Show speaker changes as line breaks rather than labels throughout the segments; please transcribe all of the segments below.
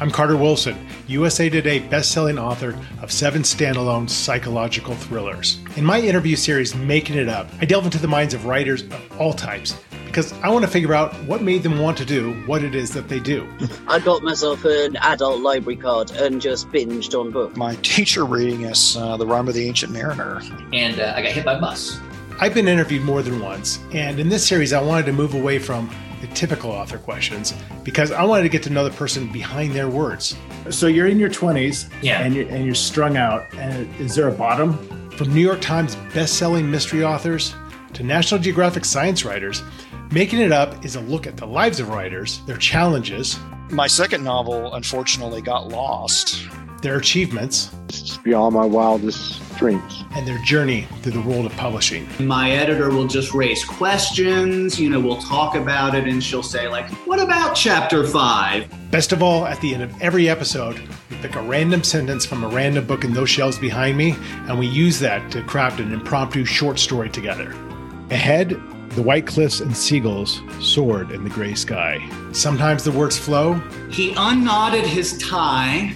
I'm Carter Wilson, USA Today best-selling author of seven standalone psychological thrillers. In my interview series, Making It Up, I delve into the minds of writers of all types because I want to figure out what made them want to do what it is that they do.
I got myself an adult library card and just binged on books.
My teacher reading us uh, The Rhyme of the Ancient Mariner.
And uh, I got hit by a bus.
I've been interviewed more than once, and in this series, I wanted to move away from the typical author questions because I wanted to get to know the person behind their words.
So you're in your 20s
Yeah.
and, you're, and you're strung out. And is there a bottom?
From New York Times best-selling mystery authors to National Geographic science writers, Making It Up is a look at the lives of writers, their challenges,
My second novel, unfortunately, got lost.
their achievements,
It's beyond my wildest dreams.
and their journey through the world of publishing.
My editor will just raise questions, you know, we'll talk about it, and she'll say, like, what about chapter five?
Best of all, at the end of every episode, we pick a random sentence from a random book in those shelves behind me, and we use that to craft an impromptu short story together. Ahead, the white cliffs and seagulls soared in the gray sky. Sometimes the words flow,
He unknotted his tie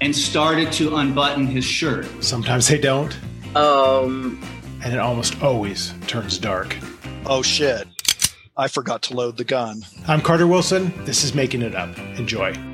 and started to unbutton his shirt.
sometimes they don't,
Um,
and it almost always turns dark.
Oh, shit. I forgot to load the gun.
I'm Carter Wilson. This is Making It Up. Enjoy.